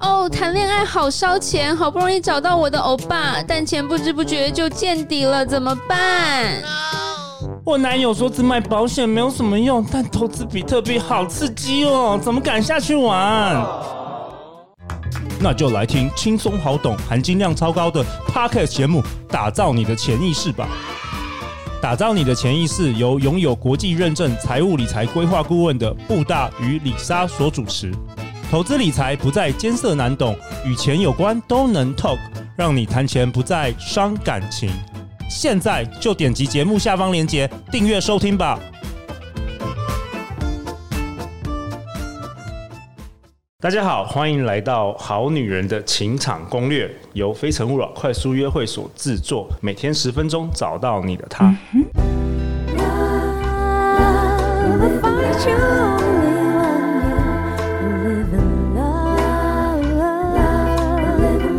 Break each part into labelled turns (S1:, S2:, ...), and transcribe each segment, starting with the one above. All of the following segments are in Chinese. S1: 哦，谈恋爱好烧钱，好不容易找到我的欧巴，但钱不知不觉就见底了，怎么办？
S2: 我男友说只买保险没有什么用，但投资比特币好刺激哦，怎么敢下去玩？那就来听轻松好懂、含金量超高的 Podcast 节目，打造你的潜意识吧。打造你的潜意识由拥有国际认证财务理财规划顾问的布大与李莎所主持。投资理财不再艰涩难懂，与钱有关都能 talk，让你谈钱不再伤感情。现在就点击节目下方链接订阅收听吧。大家好，欢迎来到《好女人的情场攻略》，由非诚勿扰快速约会所制作，每天十分钟，找到你的他。
S3: Love, if I should only love you, live in love, live in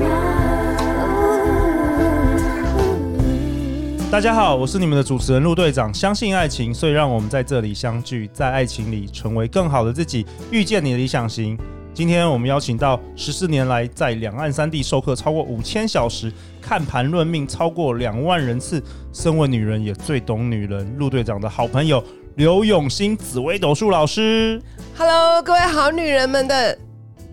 S3: love.
S2: 大家好，我是你们的主持人陆队长。相信爱情，所以让我们在这里相聚，在爱情里成为更好的自己，遇见你的理想型。今天我们邀请到十四年来在两岸三地授课超过五千小时，看盘论命超过两万人次，身为女人也最懂女人，陆队长的好朋友刘永新紫薇斗数老师。
S4: Hello，各位好女人们的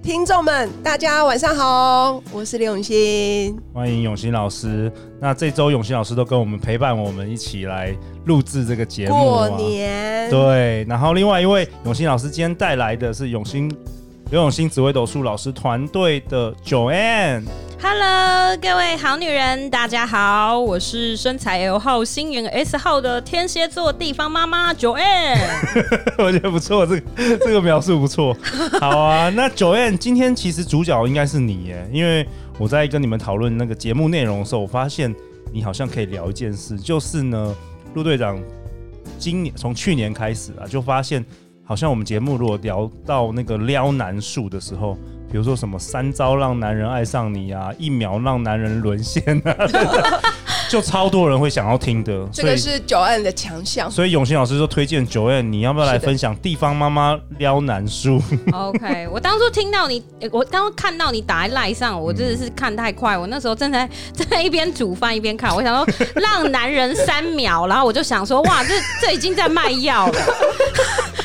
S4: 听众们，大家晚上好，我是刘永新。
S2: 欢迎永新老师。那这周永新老师都跟我们陪伴我们一起来录制这个节目、啊。
S4: 过年，
S2: 对，然后另外一位永新老师今天带来的是永新刘永新紫微斗数老师团队的 Joanne。
S5: Hello，各位好女人，大家好，我是身材 L 号、心猿 S 号的天蝎座地方妈妈 Joanne。
S2: 我觉得不错，这个这个描述不错。好啊，那九燕今天其实主角应该是你耶，因为我在跟你们讨论那个节目内容的时候，我发现你好像可以聊一件事，就是呢，陆队长今年从去年开始啊，就发现好像我们节目如果聊到那个撩男术的时候。比如说什么三招让男人爱上你啊，一秒让男人沦陷啊， 就超多人会想要听的。
S4: 这
S2: 所以
S4: 个是九案的强项。
S2: 所以永新老师就推荐九燕，你要不要来
S4: 是的
S2: 分享地方妈妈撩男书？
S5: OK，我当初听到你，呃我刚刚看到你打在赖上，我真的是看太快，我那时候正在正在一边煮饭一边看，我想说让男人三秒，然后我就想说哇，这这已经在卖药 了。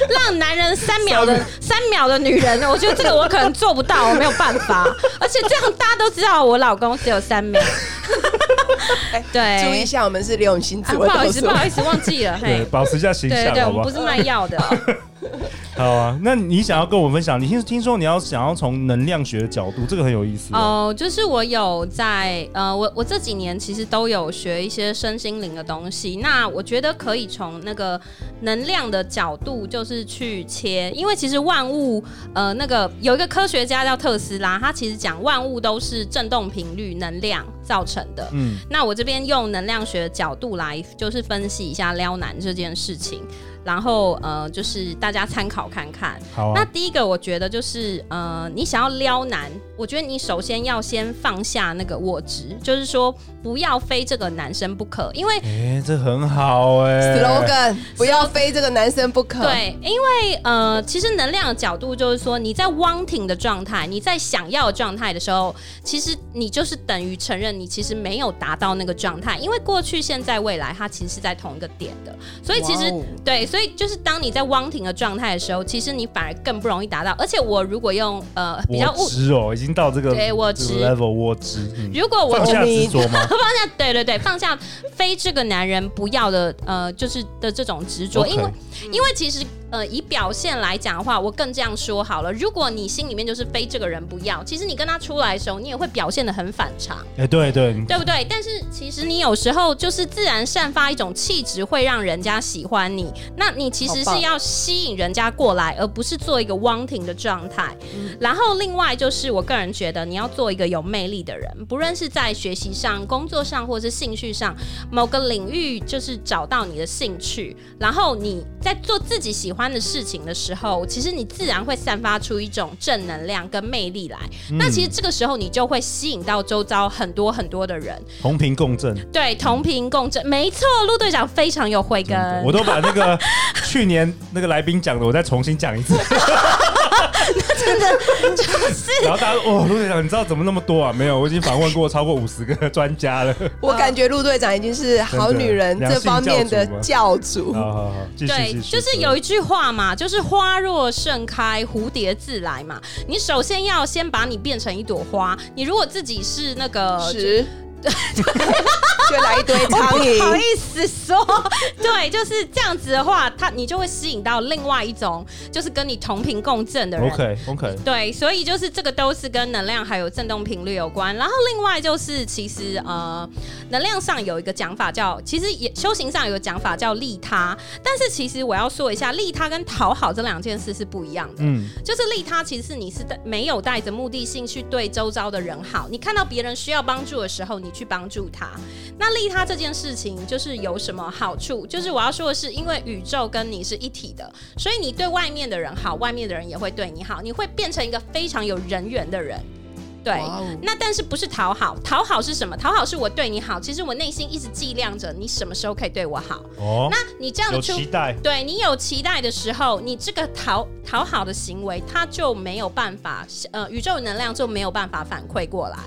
S5: 让男人三秒的三秒的女人，我觉得这个我可能做不到，我没有办 法。而且这样大家都知道，我老公只有三 秒。对，
S4: 注意一下，我们是刘 永新
S5: 啊，
S4: 自
S5: 不
S4: 我
S5: 好意
S4: 投
S5: 思，
S4: 诉
S5: 不好意思，忘记了。
S2: 对，
S5: 嘿，
S2: 保持一下形
S5: 对对
S2: 象，
S5: 对，
S2: 好
S5: 我
S2: 不
S5: 们
S2: 好
S5: 不？是卖 药的。
S2: 好啊，那你想要跟我分享？你听听说你要想要从能量学的角度，这个很有意思哦。
S5: 哦，就是我有在呃，我我这几年其实都有学一些身心灵的东西。那我觉得可以从那个能量的角度，就是去切，因为其实万物呃，那个有一个科学家叫特斯拉，他其实讲万物都是振动频率能量造成的。
S2: 嗯，
S5: 那我这边用能量学的角度来，就是分析一下撩男这件事情，然后呃，就是大家参考看看。
S2: 好
S5: 那
S2: 啊，
S5: 第一个，我觉得就是呃，你想要撩男，我觉得你首先要先放下那个我执，就是说不要非这个男生不可，因为
S2: 哎，这很好哎。
S4: slogan，不要非这个男生不可。，
S5: 对，因为呃，其实能量的角度就是说，你在 wanting 的状态，你在想要的状态的时候，其实你就是等于承认你其实没有达到那个状态，因为过去、现在、未来，它其实是在同一个点的，所以其实、
S4: 哇哦
S5: 对，所以就是当你在 wanting 的状态的时候，其实你反而更不容易达到。而且我如果用呃比较
S2: 我
S5: 物，
S2: 知哦，已经到这个
S5: 对我
S2: 这
S5: 知
S2: 个 level，我知。嗯
S5: 如果我
S2: 放下执着 吗？
S5: 放下，对对对，放下非这个男人不要的，呃，就是的这种执着
S2: OK
S5: 因为因为其实呃，以表现来讲的话，我更这样说好了，如果你心里面就是非这个人不要，其实你跟他出来的时候，你也会表现的很反常，
S2: 哎，对对，你
S5: 对不对？但是其实你有时候就是自然散发一种气质，会让人家喜欢你。那你其实
S4: 好
S5: 是
S4: 棒
S5: 要吸引人家过来，而不是做一个 wanting 的状态。
S4: 嗯
S5: 然后另外就是，我个人觉得你要做一个有魅力的人，不论是在学习上、工作上，或是兴趣上，某个领域就是找到你的兴趣。然后你在做自己喜欢的事情的时候，其实你自然会散发出一种正能量跟魅力来。那其实这个时候你就会吸引到周遭很多很多的人，
S2: 同频共振。
S5: 对，同频共振，没错，陆队长非常有慧根。
S2: 我都把那个去年那个来宾讲的，我再重新讲一次。
S5: 真的就是
S2: 然后大家哦，陆队长，你知道怎么那么多啊？没有，我已经访问过超过五十个专家了。
S4: 我感觉陆队长已经是好女人
S2: 真的
S4: 这方面的
S2: 良性
S4: 教主
S2: 好。好好，继续
S5: 对
S2: 继，续。
S5: 就是有一句话嘛，就是花若盛开，蝴蝶自来嘛。你首先要先把你变成一朵花。你如果自己是那个，
S4: 十， 就来一堆苍
S5: 不好
S4: 蝇。
S5: 意思说，对，就是这样子的话，他你就会吸引到另外一种，就是跟你同频共振的人。
S2: OK OK，
S5: 对，所以就是这个都是跟能量还有振动频率有关。然后另外就是，其实呃，能量上有一个讲法叫，其实也修行上有个讲法叫利他，但是其实我要说一下，利他跟讨好这两件事是不一样的。
S2: 嗯，
S5: 就是利他，其实你是带没有带着目的性去对周遭的人好。你看到别人需要帮助的时候，你去帮助他。那利他这件事情，就是有什么好处？就是我要说的是，因为宇宙跟你是一体的，所以你对外面的人好，外面的人也会对你好，你会变成一个非常有人缘的人。对，
S4: 哇哦
S5: 那但是不是讨好？讨好是什么？讨好是我对你好，其实我内心一直计量着你什么时候可以对我好。
S2: 哦，
S5: 那你这样
S2: 有
S5: 的出
S2: 期待，
S5: 对你有期待的时候，你这个讨讨好的行为，它就没有办法，呃，宇宙能量就没有办法反馈过来。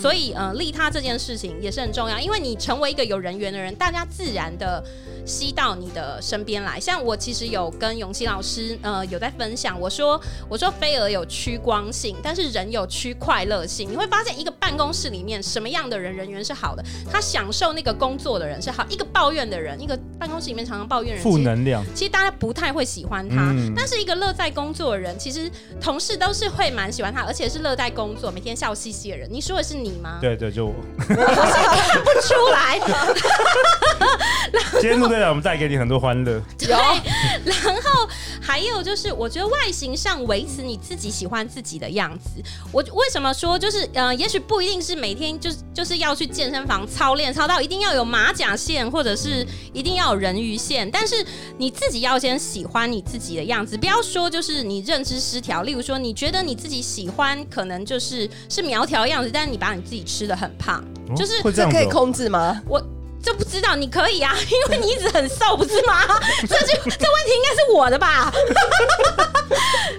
S5: 所以，呃，利他这件事情也是很重要，因为你成为一个有人缘的人，大家自然的吸到你的身边来。像我其实有跟永琪老师，呃，有在分享，我说我说飞蛾有趋光性，但是人有趋快乐性。你会发现，一个办公室里面什么样的人人缘是好的，他享受那个工作的人是好，一个抱怨的人，一个办公室里面常常抱怨的人，
S2: 负能量，
S5: 其实大家不太会喜欢他，
S2: 嗯
S5: 但是一个乐在工作的人，其实同事都是会蛮喜欢他，而且是乐在工作，每天笑嘻嘻的人。你说的是你吗？
S2: 对对，就我。
S5: 看不出来。
S2: 今天陆队长，我们带给你很多欢乐。
S5: 有，
S4: 啊
S5: 然后还有就是，我觉得外形上维持你自己喜欢自己的样子。我为什么说就是，呃，也许不一定是每天就是就是要去健身房操练，操到一定要有马甲线，或者是一定要有人鱼线，但是你自己要先喜欢你自己的样子，不要说就是你认知失调。例如说，你觉得你自己喜欢，可能就是是苗条的样子，但是你把你自己吃的很胖，
S2: 哦
S5: 就是
S2: 会这样子
S4: 可以
S2: 哦
S4: 控制吗？
S5: 我就不知道，你可以啊， 因为你一直很瘦，不是吗？ 这就这问题应该是我的吧？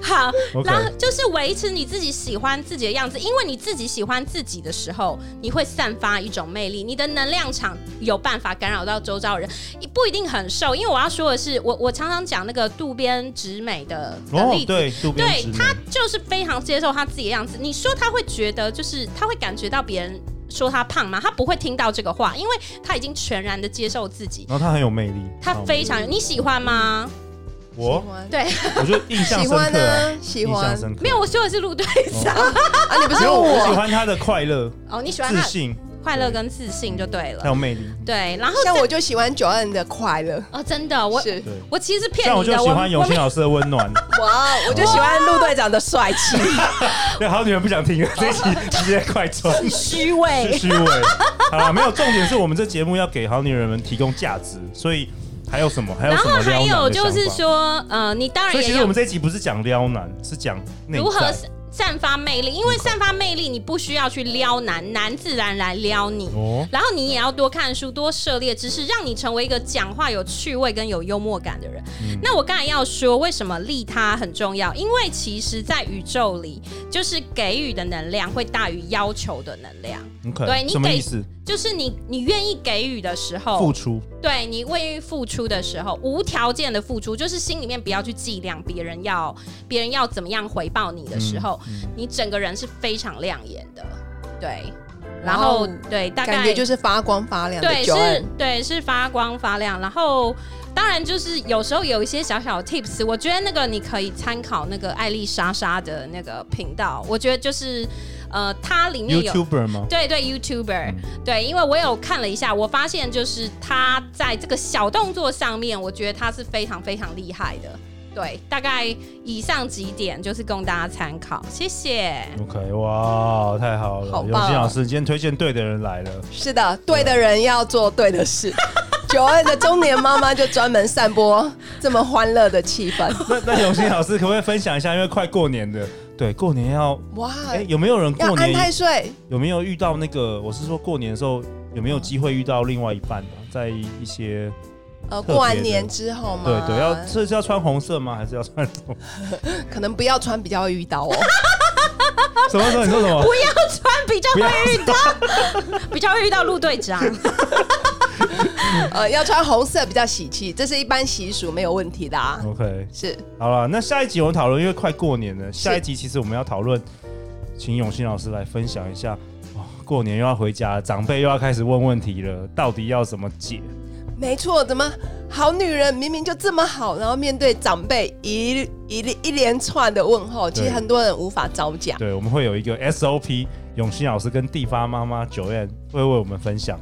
S5: 好
S2: OK
S5: 然后就是维持你自己喜欢自己的样子，因为你自己喜欢自己的时候，你会散发一种魅力，你的能量场有办法干扰到周遭人，不一定很瘦。因为我要说的是，我我常常讲那个渡边直美的的
S2: 哦
S5: 例，子，
S2: 对，渡边
S5: 对
S2: 直美
S5: 他就是非常接受他自己的样子。你说他会觉得，就是他会感觉到别人说他胖吗？他不会听到这个话，因为他已经全然的接受自己。
S2: 然后他很有魅力，
S5: 他
S2: 好
S5: 非常你喜欢吗？
S2: 我
S4: 喜，欢
S5: 对，
S2: 我就印象
S4: 喜
S2: 深
S4: 欢
S2: 刻啊，
S4: 呢，喜
S2: 印象
S4: 欢
S2: 深刻。
S5: 没有，我说的是陆 队长。
S4: 啊！你不是
S2: 没有，我喜
S4: 我，
S2: 欢他的快乐、
S5: 哦，你喜欢
S2: 自
S5: 他
S2: 信、
S5: 快乐跟自信就对
S2: 还
S5: 了。
S2: 有魅力。
S5: 对，然后
S4: 像我就喜欢九恩的快乐。
S5: 哦，真的，我
S4: 是
S2: 对，
S5: 我其实是骗
S2: 像我
S5: 你
S2: 就
S5: 的，
S2: 喜欢永
S5: 我
S2: 清老师的温暖。
S4: 哇，我就喜欢陆队长的帅 气。
S2: 对，好女人不想听了，这一集直接快穿。
S5: 虚
S2: 是
S5: 伪。
S2: 虚伪。好了，没有重点是我们这节目要给好女人们提供价值，所以还有什么？还有
S5: 然
S2: 什
S5: 后
S2: 么撩
S5: 还
S2: 男
S5: 有
S2: 的
S5: 就是
S2: 想法，
S5: 说，呃，你当然
S2: 所以其
S5: 也
S2: 实我
S5: 有
S2: 们这一集不是讲撩男，是讲内
S5: 如何
S2: 在。
S5: 散发魅力，因为散发魅力，你不需要去撩男，男自然来撩你。
S2: 哦，
S5: 然后你也要多看书、多涉猎知识，让你成为一个讲话有趣味跟有幽默感的人。
S2: 嗯
S5: 那我刚才要说，为什么利他很重要？因为其实，在宇宙里，就是给予的能量会大于要求的能量。
S2: 你可
S5: 对你
S2: 什么
S5: 给
S2: 意思？
S5: 就是你，你愿意给予的时候
S2: 付，出
S5: 对你愿意付出的时候，无条件的付出，就是心里面不要去计量别人要别人要怎么样回报你的时候，
S2: 嗯
S5: 你整个人是非常亮眼的。对，然后、
S4: 哇哦
S5: 对，大概
S4: 感觉就是发光发亮的
S5: 对，
S4: 九
S5: 是
S4: 恩。，
S5: 对，是发光发亮。然后，当然就是有时候有一些小小的 tips，我觉得那个你可以参考那个艾丽莎莎的那个频道，我觉得就是呃，它里面有。
S2: YouTuber 吗？
S5: 对对，YouTuber，、对，因为我有看了一下，我发现就是他在这个小动作上面，我觉得他是非常非常厉害的。对，大概以上几点就是供大家参考，谢谢。
S2: OK，哇，太好了！
S4: 好
S2: 永
S5: 啊
S4: 棒
S2: 新老师，你今天推荐对的人来了，
S4: 是的，对的人要做对的 事。九恩的中年妈妈就专门散播这么欢乐的气氛。
S2: 那那永新老师可不可以分享一下？因为快过年的，对，过年要
S4: 哇，
S5: 呃
S2: 哎，有没有人
S4: 要
S2: 过
S4: 安太
S2: 年
S4: 岁，
S2: 有没有遇到那个？我是说过年的时候有没有机会遇到另外一半啊？在一些
S4: 呃，
S2: 特别的
S4: 过完年之后嘛，
S2: 对对，要这是要穿红色吗？还是要穿 什么？
S4: 可能不要穿比较会遇到 哦。
S2: 什么时候你说什么？
S5: 不要穿，比较会遇到，比较会遇到陆队长。
S4: 呃，要穿红色比较喜气，这是一般习俗，没有问题的啊。
S2: OK，
S4: 是
S2: 好了，那下一集我们讨论，因为快过年了，下一集其实我们要讨论，请永新老师来分享一下。哦过年又要回家了，长辈又要开始问问题了，到底要怎么解？
S4: 没错，怎么好女人明明就这么好，然后面对长辈一一一连串的问候，其实
S2: 对
S4: 很多人无法招架。
S2: 对，我们会有一个 SOP，永新老师跟地发妈妈九 N 会为我们分享。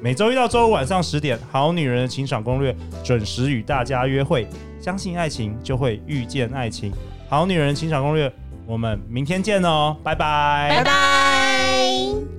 S2: 每周一到周五晚上十点，《好女人的情场攻略》准时与大家约会。相信爱情，就会遇见爱情。《好女人的情场攻略》，我们明天见哦，拜拜
S5: 拜拜。